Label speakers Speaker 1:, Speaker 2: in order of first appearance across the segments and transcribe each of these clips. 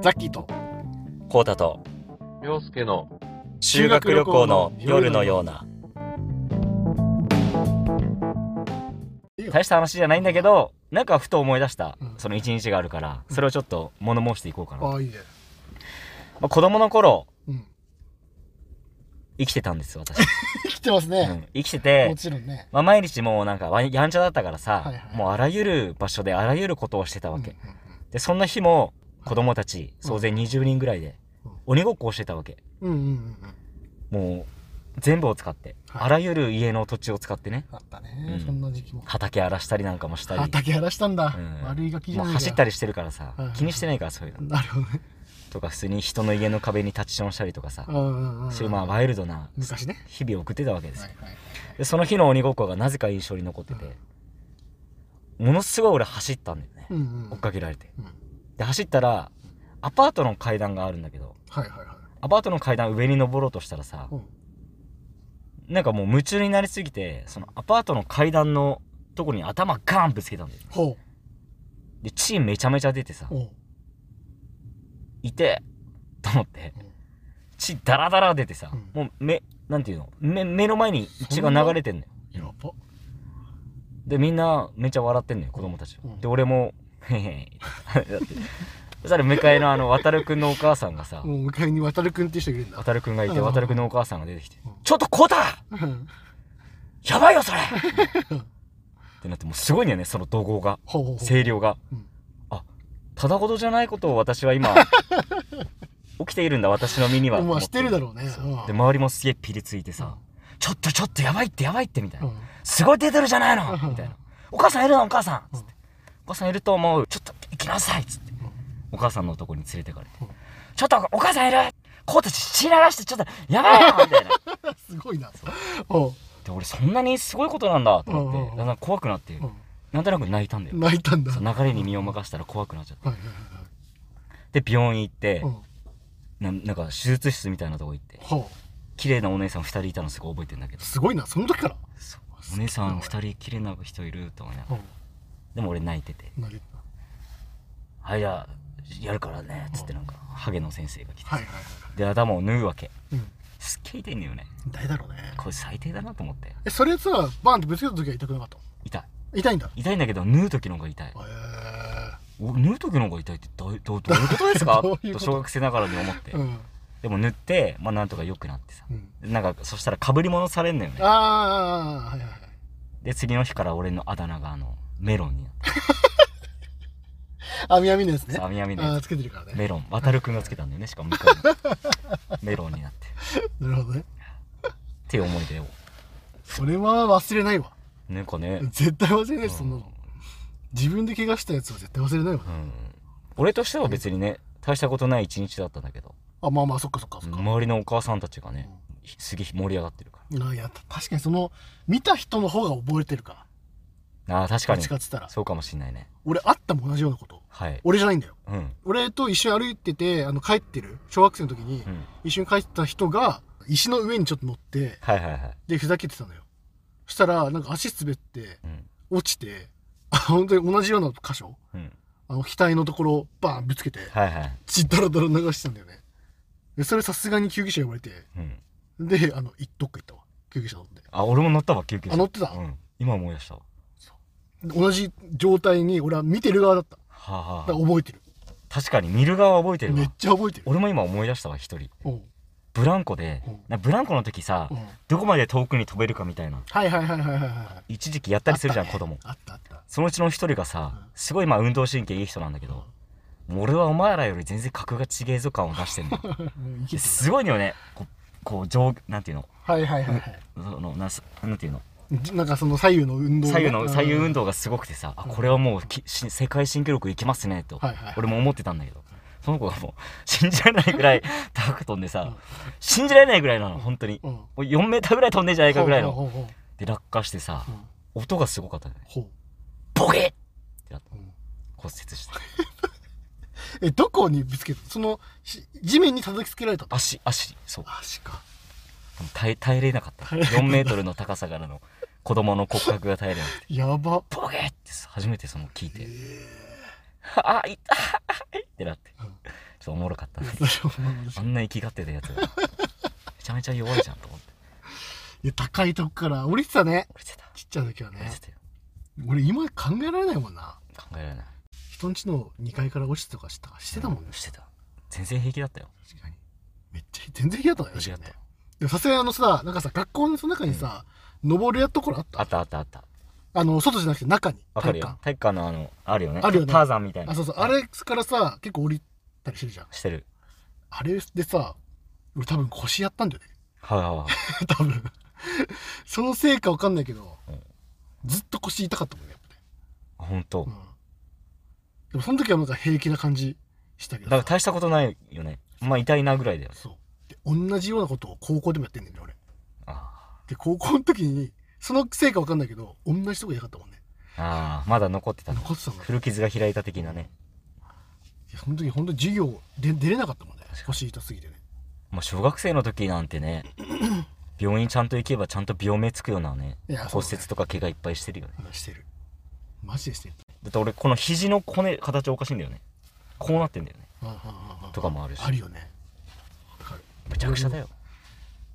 Speaker 1: ザッキーと
Speaker 2: コータと
Speaker 3: 洋介の
Speaker 2: 修学旅行の夜のような大した話じゃないんだけどなんかふと思い出した
Speaker 1: うん
Speaker 2: その一日があるからそれをちょっと物申していこうかな、ま
Speaker 1: ああいいね
Speaker 2: あ、子供の頃
Speaker 1: うん
Speaker 2: 生きてたんですよ私、
Speaker 1: 生きてます
Speaker 2: う
Speaker 1: ね、
Speaker 2: ん生きて
Speaker 1: も
Speaker 2: て、
Speaker 1: ちろんね
Speaker 2: まあ、毎日もうなんかわやんちゃだったからさ、
Speaker 1: はいはい
Speaker 2: もうあらゆる場所であらゆることをしてたわけ、
Speaker 1: うんうん
Speaker 2: でそんな日も子供たち総勢20人ぐらいで
Speaker 1: うん
Speaker 2: 鬼ごっこをしてたわけ
Speaker 1: うんうんうんうん
Speaker 2: もう全部を使って、
Speaker 1: はい
Speaker 2: あらゆる家の土地を使ってね
Speaker 1: あったね、
Speaker 2: うん
Speaker 1: そんな時期も
Speaker 2: 畑荒らしたりなんかもしたり
Speaker 1: 畑荒らしたんだ、
Speaker 2: うん
Speaker 1: 悪いガキじ
Speaker 2: も
Speaker 1: ゃ
Speaker 2: う
Speaker 1: ない
Speaker 2: 走った
Speaker 1: り
Speaker 2: りしてるからさ、
Speaker 1: はいはい
Speaker 2: 気にしてないからそういうの
Speaker 1: なるほどね
Speaker 2: とか普通に人の家の壁に立ちションしたりとかさ、
Speaker 1: うんうんうん
Speaker 2: そういうまあワイルドな
Speaker 1: 昔ね
Speaker 2: 日々を送ってたわけですよ、
Speaker 1: はいはい
Speaker 2: でその日の鬼ごっこがなぜか印象に残ってて、ものすごい俺走ったんだよね、
Speaker 1: うんうん
Speaker 2: 追っかけられて
Speaker 1: うん
Speaker 2: で走ったらアパートの階段があるんだけど
Speaker 1: はいはいはい
Speaker 2: アパートの階段上に登ろうとしたらさ、
Speaker 1: うん
Speaker 2: なんかもう夢中になりすぎてそのアパートの階段のとこに頭ガーンぶつけたんだよ
Speaker 1: ほ
Speaker 2: で血めちゃめちゃ出てさ
Speaker 1: うおう
Speaker 2: いてと思って
Speaker 1: うん
Speaker 2: 血ダラダラ出てさ、
Speaker 1: うん
Speaker 2: もう目なんていうの目目の前に血が流れてんのよ
Speaker 1: やば
Speaker 2: でみんなめっちゃ笑ってんのよ子供たちは、
Speaker 1: うん
Speaker 2: で俺も「へへへ」だってそしたら向かいのあの渡るくんのお母さんがさ
Speaker 1: もう迎えに渡るくんって人いるんだ
Speaker 2: 渡るくんがいて
Speaker 1: うん
Speaker 2: 渡るくんのお母さんが出てきて
Speaker 1: うん
Speaker 2: 「ちょっとこうだ
Speaker 1: うん
Speaker 2: やばいよそれ!」ってなってもうすごいんだよねその怒号が
Speaker 1: ほうほうほう
Speaker 2: 声量が
Speaker 1: うん
Speaker 2: あただ事じゃないことを私 は今起きているんだ私の身には
Speaker 1: まあしてるだろうね
Speaker 2: そう
Speaker 1: うん
Speaker 2: で周りもすげえピリついてさ「ちょっとちょっとやばいってやばいって」みたいな
Speaker 1: うん
Speaker 2: すごい出てるじゃないの
Speaker 1: うん
Speaker 2: みたいな。お母さんいるのお母さん
Speaker 1: うん
Speaker 2: つって。お母さんいると思う。ちょっと行きなさいつって
Speaker 1: ん。
Speaker 2: お母さんのとこに連れてかれて
Speaker 1: うん。
Speaker 2: ちょっとお母さんいるこうたち血流してちょっとやばいよみたいな。
Speaker 1: すごいなおう
Speaker 2: で、俺そんなにすごいことなんだと
Speaker 1: うん
Speaker 2: 思
Speaker 1: うんう
Speaker 2: っ
Speaker 1: ん
Speaker 2: て、だんだん怖くなって、
Speaker 1: う
Speaker 2: なんとなく泣いたんだよ
Speaker 1: ん。泣いたんだ
Speaker 2: そう
Speaker 1: はい
Speaker 2: 流れに身を任せたら怖くなっちゃっ
Speaker 1: はいはい
Speaker 2: て。で、病院行っ
Speaker 1: は
Speaker 2: て
Speaker 1: い、うん
Speaker 2: ななんか手術室みたいなとこ行って、
Speaker 1: ほ
Speaker 2: 綺麗なお姉さん2人いたのすごい覚えてんだけ
Speaker 1: う
Speaker 2: ど。
Speaker 1: すごいなその時から
Speaker 2: そう
Speaker 1: す
Speaker 2: お
Speaker 1: げえ
Speaker 2: 姉さん
Speaker 1: な
Speaker 2: 2人綺麗な人いると思いながら。
Speaker 1: うん
Speaker 2: でも俺泣いてて。
Speaker 1: 泣いた
Speaker 2: はいじゃあやるからねっつってなんかハゲの先生が来て
Speaker 1: はいはいはい
Speaker 2: で頭を縫うわけ
Speaker 1: うん
Speaker 2: すっげえ痛いんだよね
Speaker 1: 痛いだろうね
Speaker 2: これ最低だなと思って
Speaker 1: えそれさバーンってぶつけた時は痛くなかったの
Speaker 2: 痛い
Speaker 1: 痛いんだ
Speaker 2: 痛いんだけど縫う時の方が痛い
Speaker 1: へ
Speaker 2: お縫う時の方が痛いってどうどうどういうことです か
Speaker 1: どういうこと
Speaker 2: と小学生ながらに思って、
Speaker 1: えうん
Speaker 2: でも縫ってまあなんとか良くなってさ
Speaker 1: うん
Speaker 2: なんかそしたら被り物されんだよね
Speaker 1: ああはいはいはい
Speaker 2: で次の日から俺のあだ名があのメロンになって
Speaker 1: 網網のやつね
Speaker 2: さあみやみの
Speaker 1: あ
Speaker 2: や
Speaker 1: ーつけてるから
Speaker 2: つ
Speaker 1: ね
Speaker 2: メロン渡るくんがつけたんだよねしかも向こ うのメロンになって
Speaker 1: なるほどね
Speaker 2: っていう思い出を
Speaker 1: それは忘れないわ
Speaker 2: なんかね
Speaker 1: 絶対忘れないしそ
Speaker 2: うん
Speaker 1: の自分で怪我したやつは絶対忘れないわ
Speaker 2: うん、俺としては別にね大したことない一日だったんだけど
Speaker 1: あまあまあそっかそっかそっか
Speaker 2: 周りのお母さんたちがねひすげえ盛り上がってるか
Speaker 1: あいや確かにその見た人の方が覚えてるから
Speaker 2: らあー確
Speaker 1: ど
Speaker 2: か
Speaker 1: っ
Speaker 2: に
Speaker 1: ちかっつったら
Speaker 2: そうかもしんないね
Speaker 1: 俺あったもん同じようなこと
Speaker 2: はい
Speaker 1: 俺じゃないんだよ
Speaker 2: うん
Speaker 1: 俺と一緒に歩いててあの帰ってる小学生の時に
Speaker 2: うん
Speaker 1: 一緒に帰ってた人が石の上にちょっと乗って
Speaker 2: はいはいはい
Speaker 1: でふざけてたのよそしたらなんか足滑って
Speaker 2: うん
Speaker 1: 落ちてあ本当に同じような箇所
Speaker 2: うん
Speaker 1: あの額のところをバーンぶつけて
Speaker 2: はいはい
Speaker 1: 血ダラダラ流してたんだよねでそれさすがに救急車呼ばれて
Speaker 2: うん
Speaker 1: であのいどっか行ったわ救急車乗って
Speaker 2: あ俺も乗ったわ救急車
Speaker 1: あ乗ってた
Speaker 2: うん今思い出したわ
Speaker 1: で同じ状態に俺は見てる側だった
Speaker 2: はあ、は
Speaker 1: だ
Speaker 2: あ
Speaker 1: から覚えてる
Speaker 2: 確かに見る側は覚えてる
Speaker 1: めっ
Speaker 2: わ
Speaker 1: ちゃ覚えてる
Speaker 2: 俺も今思い出したわ一人
Speaker 1: うんうん
Speaker 2: ブランコで
Speaker 1: うん
Speaker 2: なブランコの時さどこまで遠くに飛べるかみたいな
Speaker 1: はいはいはいはいはいはい
Speaker 2: 一時期やったりするじゃん子供
Speaker 1: あったねあったあっ
Speaker 2: そのうちの一人がさ、すごいまあ運動神経いい人なんだけど、もう俺はお前らより全然格が違えぞ感を出してんの。
Speaker 1: たうんいけてる
Speaker 2: すごいよね。こう、こう上、なんていうの、
Speaker 1: はいはいはいはい
Speaker 2: そのなすなんていうの、
Speaker 1: じなんかその左右の運動
Speaker 2: 左右の、左右運
Speaker 1: 動
Speaker 2: 動がすごくてさ、あ、これはもうきし世界新記録いきますね、と
Speaker 1: はいはいはい、
Speaker 2: 俺も思ってたんだけど、その子がもう、信じられないぐらい高く飛んで
Speaker 1: う
Speaker 2: さ
Speaker 1: ん、
Speaker 2: 信じられないぐらいなの、本当に。
Speaker 1: うん
Speaker 2: もう4メーターぐらい飛んでんじゃないかぐらいの。
Speaker 1: ほうほうほう
Speaker 2: で、落下してさ
Speaker 1: う、ん
Speaker 2: 音がすごかったね。
Speaker 1: ほう
Speaker 2: ボケッってなって
Speaker 1: うん
Speaker 2: 骨折して。
Speaker 1: えどこにぶつけたそのし地面に叩きつけられたと
Speaker 2: 足、足、そう。
Speaker 1: 足か
Speaker 2: 耐え耐えれなかった
Speaker 1: 耐えれな
Speaker 2: 4メートルの高さからの子供の骨格が耐えれなくて
Speaker 1: や ば
Speaker 2: ボケって初めてその聞いて「ああ痛い」ってなってちょっつおもろかった
Speaker 1: い
Speaker 2: ね
Speaker 1: やそれはまあまあ確
Speaker 2: あ
Speaker 1: かに
Speaker 2: んな生きがってたやつがめちゃめちゃ弱いじゃんと思って
Speaker 1: いや高いとこから降りてたね
Speaker 2: 折れてた
Speaker 1: ちっちゃい時は
Speaker 2: 折れ
Speaker 1: ね
Speaker 2: てたよ
Speaker 1: 俺今考えられないもんな
Speaker 2: 考えられない
Speaker 1: 人んちの2階から落ちてとかしたしてたもんね
Speaker 2: してた全然平気だったよ
Speaker 1: 確かにめっちゃ全然嫌だった
Speaker 2: 平
Speaker 1: ね
Speaker 2: 気
Speaker 1: 確か
Speaker 2: だった
Speaker 1: にねでもさすがにあのさなんかさ学校の中にさ、登るやっところあった
Speaker 2: あったあったあった
Speaker 1: あの外じゃなくて中に
Speaker 2: わかる
Speaker 1: 体
Speaker 2: よ
Speaker 1: 育
Speaker 2: 体育館のあのあるよね
Speaker 1: あるよね
Speaker 2: ターザンみた
Speaker 1: 館
Speaker 2: いな
Speaker 1: あそうそうあれからさ結構降りたりしてるじゃん
Speaker 2: してる
Speaker 1: あれでさ俺多分腰やったんだよね
Speaker 2: はいはいは い
Speaker 1: 多分そのせいかわかんないけど、
Speaker 2: うん
Speaker 1: ずっと腰痛かったもんねやっぱね
Speaker 2: あほんと
Speaker 1: うんでもその時はなんか平気な感じしたけど
Speaker 2: だ
Speaker 1: さ
Speaker 2: から大したことないよねまあ痛いなぐらいだよ
Speaker 1: そうで同じようなことを高校でもやってんねんね俺
Speaker 2: あ
Speaker 1: で高校の時にそのせいかわかんないけど同じとこやかったもんね
Speaker 2: ーあーまだ残ってたの
Speaker 1: 残ってたんだい
Speaker 2: 古傷が開いた的なね
Speaker 1: やその時本当に授業で出れなかったもんね
Speaker 2: 確かに
Speaker 1: 腰痛すぎてね
Speaker 2: もう小学生の時なん てね病院ちゃんと行けばちゃんと病名つくようなね
Speaker 1: いやそう
Speaker 2: 骨
Speaker 1: ね
Speaker 2: 折とか怪我いっぱいしてるよね
Speaker 1: 話してるマジでしてる
Speaker 2: だって俺この肘の骨形おかしいんだよねこうなってんだよねと
Speaker 1: と
Speaker 2: かもあるし
Speaker 1: あるよねわかる
Speaker 2: めちゃくちゃだよ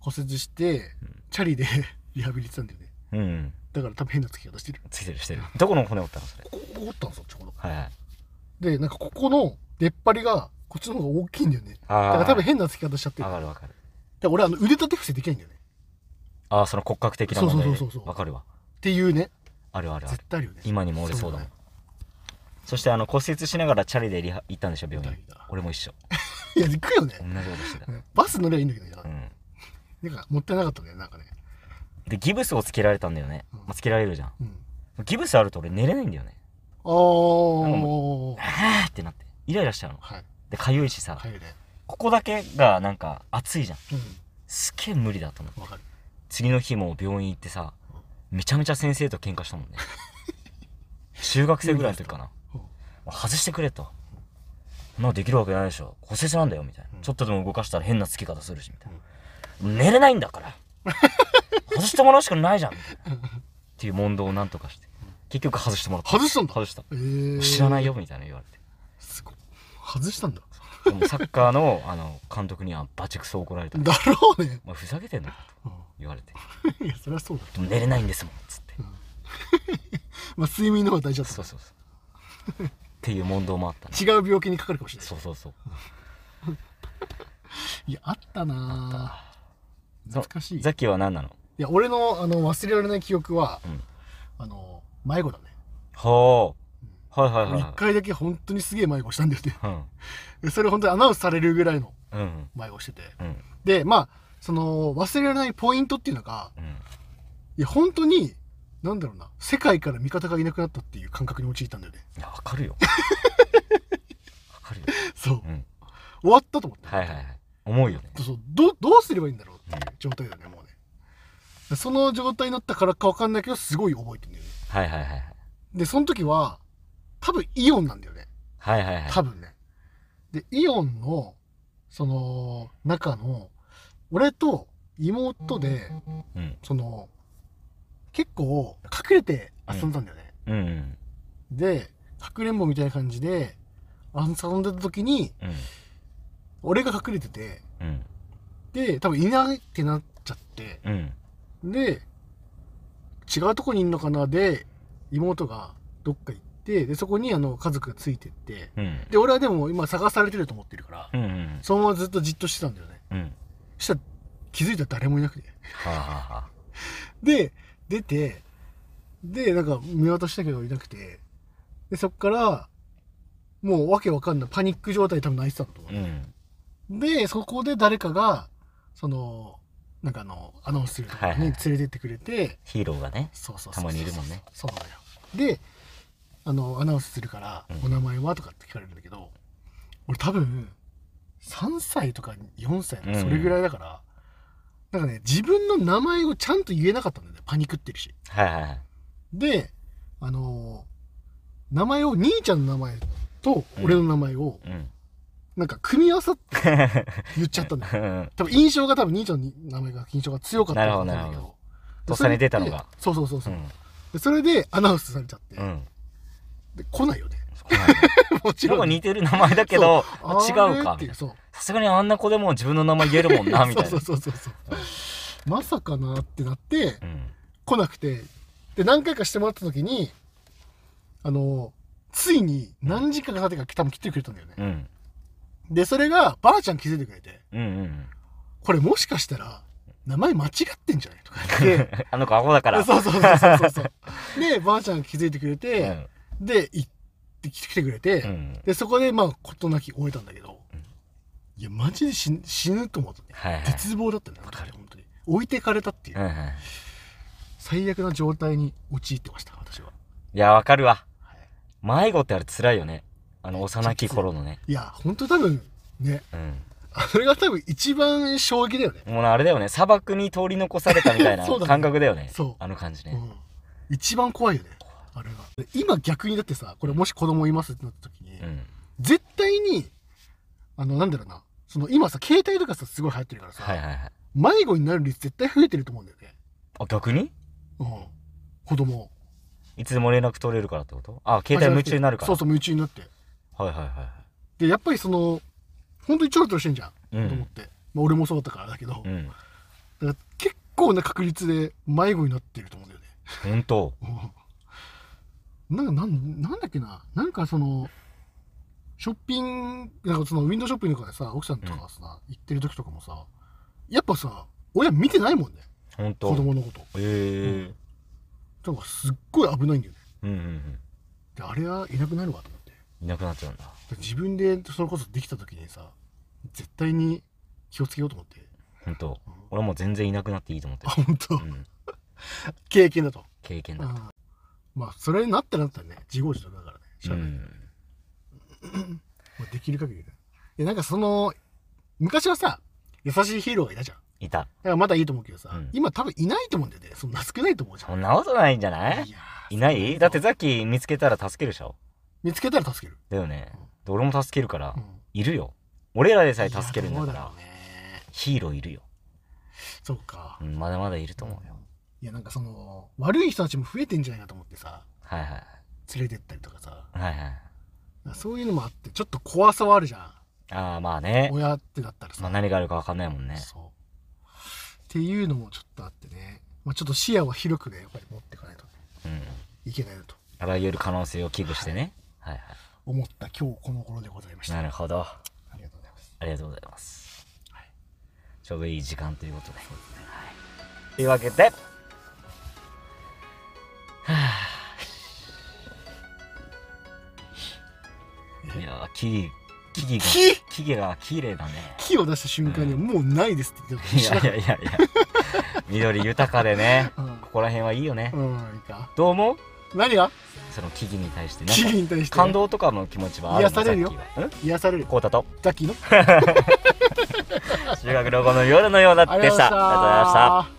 Speaker 1: 骨折して
Speaker 2: うん
Speaker 1: チャリで リハビリ行ってたんだよね
Speaker 2: うん
Speaker 1: だから多分変な突き方してる
Speaker 2: ついてるしてるどこの骨折ったのそれ
Speaker 1: ここここ折ったんですよちょうど
Speaker 2: はいはい
Speaker 1: でなんかここの出っ張りがこっちの方が大きいんだよね
Speaker 2: ああ
Speaker 1: だから多分変な突き方しちゃってる
Speaker 2: わ
Speaker 1: だか
Speaker 2: かるわかる
Speaker 1: ら俺あの腕立て伏せできないんだよね
Speaker 2: ああその骨格的な問題で
Speaker 1: そうそうそうそう
Speaker 2: わかるわ
Speaker 1: っていうね
Speaker 2: あるあるある
Speaker 1: 絶対あるよね
Speaker 2: 今にも折れそうだもんそしてあの骨折しながらチャリでリハ行ったんでしょ病院
Speaker 1: 痛いな
Speaker 2: 俺も一緒
Speaker 1: いや行くよね
Speaker 2: 同じことしてた
Speaker 1: バス乗ればいいんだけどね
Speaker 2: うん
Speaker 1: なんかもったいなかったねなんかね
Speaker 2: でギブスをつけられたんだよね、
Speaker 1: うん
Speaker 2: まあつけられるじゃん
Speaker 1: うん
Speaker 2: ギブスあると俺寝れないんだよね
Speaker 1: あー
Speaker 2: あーってなってイライラしちゃうの
Speaker 1: はい
Speaker 2: でかゆいしさ、
Speaker 1: 帰るね
Speaker 2: ここだけがなんか熱いじゃん
Speaker 1: う
Speaker 2: すっげえ無理だと思って
Speaker 1: んわかる
Speaker 2: 次の日も病院行ってさめちゃめちゃ先生と喧嘩したも んね中学生ぐらいの時かな
Speaker 1: うん
Speaker 2: もう外してくれとそんなのできるわけないでしょ骨折なんだよみたいな、
Speaker 1: うん
Speaker 2: ちょっとでも動かしたら変なつき方するしみたいな、寝れないんだから外してもらうしかないじゃんみたいなっていう問答をなんとかして結局外してもらった
Speaker 1: 外したんだ
Speaker 2: 外した
Speaker 1: えー
Speaker 2: 知らないよみたいな言われて
Speaker 1: すごい外したんだ
Speaker 2: でもサッカーのあの監督にはバチクソ怒られた
Speaker 1: だろうね
Speaker 2: 「お前ふざけてんの?」と言われて
Speaker 1: いやそりゃそうだ
Speaker 2: 「でも寝れないんですもん」っつって
Speaker 1: まあ睡眠の方が大事だ
Speaker 2: そ
Speaker 1: と
Speaker 2: うそうそうっていう問答もあったね
Speaker 1: 違う病気にかかるかもしれない
Speaker 2: そうそうそう
Speaker 1: いやあったなぁ
Speaker 2: そう
Speaker 1: 懐かしいい
Speaker 2: ザキは何なの
Speaker 1: や俺のあの忘れられない記憶は、
Speaker 2: うん
Speaker 1: あの迷子だね
Speaker 2: ほうはいはいはい
Speaker 1: 俺一回だけ本当にすげえ迷子したんだよね
Speaker 2: うん
Speaker 1: それ本当にアナウンスされるぐらいの
Speaker 2: うん
Speaker 1: 迷子してて
Speaker 2: うん
Speaker 1: でまあその忘れられないポイントっていうのが
Speaker 2: うん
Speaker 1: いや本当になんだろうな世界から味方がいなくなったっていう感覚に陥ったんだよね
Speaker 2: いやわかる よわかるよ
Speaker 1: そう
Speaker 2: うん
Speaker 1: 終わったと思って
Speaker 2: はいはいはい思うよね
Speaker 1: そうどどうすればいいんだろうっていう状態だよねもうねでその状態になったからかわかんないけどすごい覚えてるんだよね
Speaker 2: はいはいはいはい
Speaker 1: でその時は多分イオンなんだよね
Speaker 2: はいはいはい
Speaker 1: 多分ねでイオンのその中の俺と妹で
Speaker 2: うん
Speaker 1: その結構隠れて遊んだんだよね、
Speaker 2: うんうん
Speaker 1: でかくれんぼみたいな感じで遊んでた時に
Speaker 2: うん
Speaker 1: 俺が隠れてて
Speaker 2: うん
Speaker 1: で多分いないってなっちゃって
Speaker 2: うん
Speaker 1: で違うとこにいるのかなで妹がどっか行ってでそこにあの家族がついてって
Speaker 2: うん
Speaker 1: で俺はでも今探されてると思ってるから
Speaker 2: うんうん
Speaker 1: そのままずっとじっとしてたんだよね
Speaker 2: うん
Speaker 1: そしたら気づいたら誰もいなくて
Speaker 2: はあはあはあ
Speaker 1: で出てでなんか見渡したけどいなくてでそっからもうわけわかんないパニック状態で多分泣いてたんだと思う、
Speaker 2: うん
Speaker 1: でそこで誰かがそのなんかあのアナウンスするところに連れてってくれて、
Speaker 2: ヒーローがね
Speaker 1: そうそうそうそう
Speaker 2: たまにいるもんね
Speaker 1: そうなのよであのアナウンスするから
Speaker 2: う
Speaker 1: 「
Speaker 2: ん
Speaker 1: お名前は?」とかって聞かれるんだけど、俺多分3歳とか4歳とか
Speaker 2: うん
Speaker 1: それぐらいだから、なんかね自分の名前をちゃんと言えなかったんだよねパニクってるし
Speaker 2: はいはいはい
Speaker 1: であのー名前を兄ちゃんの名前と俺の名前を
Speaker 2: うん
Speaker 1: なんか組み合わさっ て言っちゃったんだよ多分印象が多分兄ちゃんの名前が印象が強かったんだと思うんだけ
Speaker 2: なるほどなる
Speaker 1: ど
Speaker 2: とっさに出たのが
Speaker 1: そうそうそう
Speaker 2: う
Speaker 1: そう、
Speaker 2: ん
Speaker 1: でそれでアナウンスされちゃって、
Speaker 2: うん
Speaker 1: で来ないよね
Speaker 2: そこなんだ
Speaker 1: もち
Speaker 2: な
Speaker 1: ろ
Speaker 2: ん
Speaker 1: ん
Speaker 2: か似てる名前だけどあ違
Speaker 1: あれ
Speaker 2: うか
Speaker 1: ってい
Speaker 2: みたいな
Speaker 1: そう
Speaker 2: さすがにあんな子でも自分の名前言える もんなみたいな
Speaker 1: そうそうそうそうまさかなってなって
Speaker 2: うん
Speaker 1: 来なくてで何回かしてもらった時にあのついに何時間か経ってから多分来てくれたんだよね、
Speaker 2: うん
Speaker 1: でそれがばあちゃん気づいてくれて
Speaker 2: うんうん
Speaker 1: 「これもしかしたら名前間違ってんじゃない?」とか
Speaker 2: う
Speaker 1: 言っ
Speaker 2: ん
Speaker 1: て
Speaker 2: あの子アホだから
Speaker 1: そうそうそうそうそうそうでばあちゃん気づいてくれ
Speaker 2: う
Speaker 1: て、
Speaker 2: ん
Speaker 1: で行ってきてくれて、
Speaker 2: うん
Speaker 1: でそこでまあ事なきを終えたんだけど、
Speaker 2: うん
Speaker 1: いやマジで死ぬ死ぬと思ったね
Speaker 2: はいはい
Speaker 1: 絶望だったんだよ
Speaker 2: かる
Speaker 1: 本当に置いてかれたっていう、
Speaker 2: うんうん
Speaker 1: 最悪な状態に陥ってました私は、
Speaker 2: いやわかるわ
Speaker 1: はい、
Speaker 2: 迷子ってあれ辛いよねあの幼き頃のね
Speaker 1: いや本当多分ね
Speaker 2: うん
Speaker 1: それが多分一番衝撃だよね、
Speaker 2: もうあれだよね砂漠に通り残されたみたい な
Speaker 1: そうだね
Speaker 2: 感覚だよね
Speaker 1: そう
Speaker 2: あの感じ
Speaker 1: う
Speaker 2: ね
Speaker 1: ん、一番怖いよねあれはで今逆にだってさこれもし子供いますってなった時に、
Speaker 2: うん
Speaker 1: 絶対にあのなんだろうなその今さ携帯とかさすごい流行ってるからさ、
Speaker 2: はいはいはい
Speaker 1: 迷子になる率絶対増えてると思うんだよね、
Speaker 2: あ逆に
Speaker 1: うん、子供
Speaker 2: いつでも連絡取れるからってことあ携帯夢中になるから
Speaker 1: そうそう夢中になって
Speaker 2: はいはいはいは
Speaker 1: でやっぱりその本当にちょろちょろしてんじゃん、
Speaker 2: いうん
Speaker 1: と思って、まあ、俺もそうだったからだけど、
Speaker 2: う
Speaker 1: だ
Speaker 2: ん
Speaker 1: から結構な確率で迷子になってると思うんだよね
Speaker 2: 本当
Speaker 1: うん なんかなんなんだっけななんかそのショッピングなんかそのウィンドウショッピングとかでさ奥さんとかがさ、行ってる時とかもさやっぱさ親見てないもんね
Speaker 2: 本
Speaker 1: 子
Speaker 2: 当
Speaker 1: 供のこと
Speaker 2: ええ
Speaker 1: だからすっごい危ないんだよね
Speaker 2: うんうんうん
Speaker 1: であれはいなくなるわと思って
Speaker 2: いなくなっちゃうんだ
Speaker 1: で自分でそれこそできた時にさ絶対に気をつけようと思って
Speaker 2: 本当
Speaker 1: うん
Speaker 2: 俺もう全然いなくなっていいと思って
Speaker 1: あ
Speaker 2: る
Speaker 1: 本当、
Speaker 2: うん
Speaker 1: 経験だと、
Speaker 2: 経験
Speaker 1: う
Speaker 2: だ
Speaker 1: んまあそれになったらなったらね自業自得だからねし
Speaker 2: う
Speaker 1: ゃあないけど
Speaker 2: ん
Speaker 1: まあできる限りだよいやなんかその昔はさ優しいヒーローがいたじゃんだ
Speaker 2: いた
Speaker 1: からまだいいと思うけどさ、
Speaker 2: うん
Speaker 1: 今多分いないと思うんだよねそんな少ないと思うじゃん
Speaker 2: そんなことないんじゃない
Speaker 1: いやー
Speaker 2: いないだって
Speaker 1: そう
Speaker 2: さっき見つけたら助けるでしょ
Speaker 1: 見つけたら助ける、
Speaker 2: だよね
Speaker 1: うん
Speaker 2: で俺も助けるから
Speaker 1: うん
Speaker 2: いるよ俺らでさえ助けるんだか
Speaker 1: いやそ
Speaker 2: ら
Speaker 1: うだろうね
Speaker 2: ヒーローいるよ
Speaker 1: そうか
Speaker 2: うんまだまだいると思うよ
Speaker 1: いやなんかその悪い人たちも増えてんじゃないかと思ってさ
Speaker 2: はいはい
Speaker 1: 連れてったりとかさ
Speaker 2: はいはい
Speaker 1: そういうのもあってちょっと怖さはあるじゃ
Speaker 2: ああまあ
Speaker 1: ん
Speaker 2: ね
Speaker 1: 親ってだったらさ、
Speaker 2: まあ何があるかわかんないもんね
Speaker 1: そうっていうのもちょっとあってね、まあ、ちょっと視野は広くねやっぱり持っていかないと
Speaker 2: うん
Speaker 1: いけないなと
Speaker 2: あらゆる可能性を危惧してねはいは
Speaker 1: 思った今日この頃でございまし
Speaker 2: い
Speaker 1: た。
Speaker 2: な
Speaker 1: あ
Speaker 2: るほど
Speaker 1: りがとうございます。
Speaker 2: ありがとうございます、
Speaker 1: はい
Speaker 2: ちょうどいい時間ということで、はい、というわけではあいやー木々木々が木々が綺麗だね
Speaker 1: 木を出した瞬間にはもうないですって言って
Speaker 2: い
Speaker 1: た
Speaker 2: やいやいやいや緑豊かでねここら辺はいいよね、
Speaker 1: うん、いいか。
Speaker 2: どう思う
Speaker 1: 何が
Speaker 2: その木々に対してなん
Speaker 1: 木
Speaker 2: か
Speaker 1: 々に対して
Speaker 2: 感動とかの気持ちはある
Speaker 1: 癒
Speaker 2: の
Speaker 1: されるよ
Speaker 2: さっきはん
Speaker 1: 癒される。
Speaker 2: こうたと
Speaker 1: ザッキーの
Speaker 2: 修学旅行の夜のようなでしたありがとうございました
Speaker 1: た。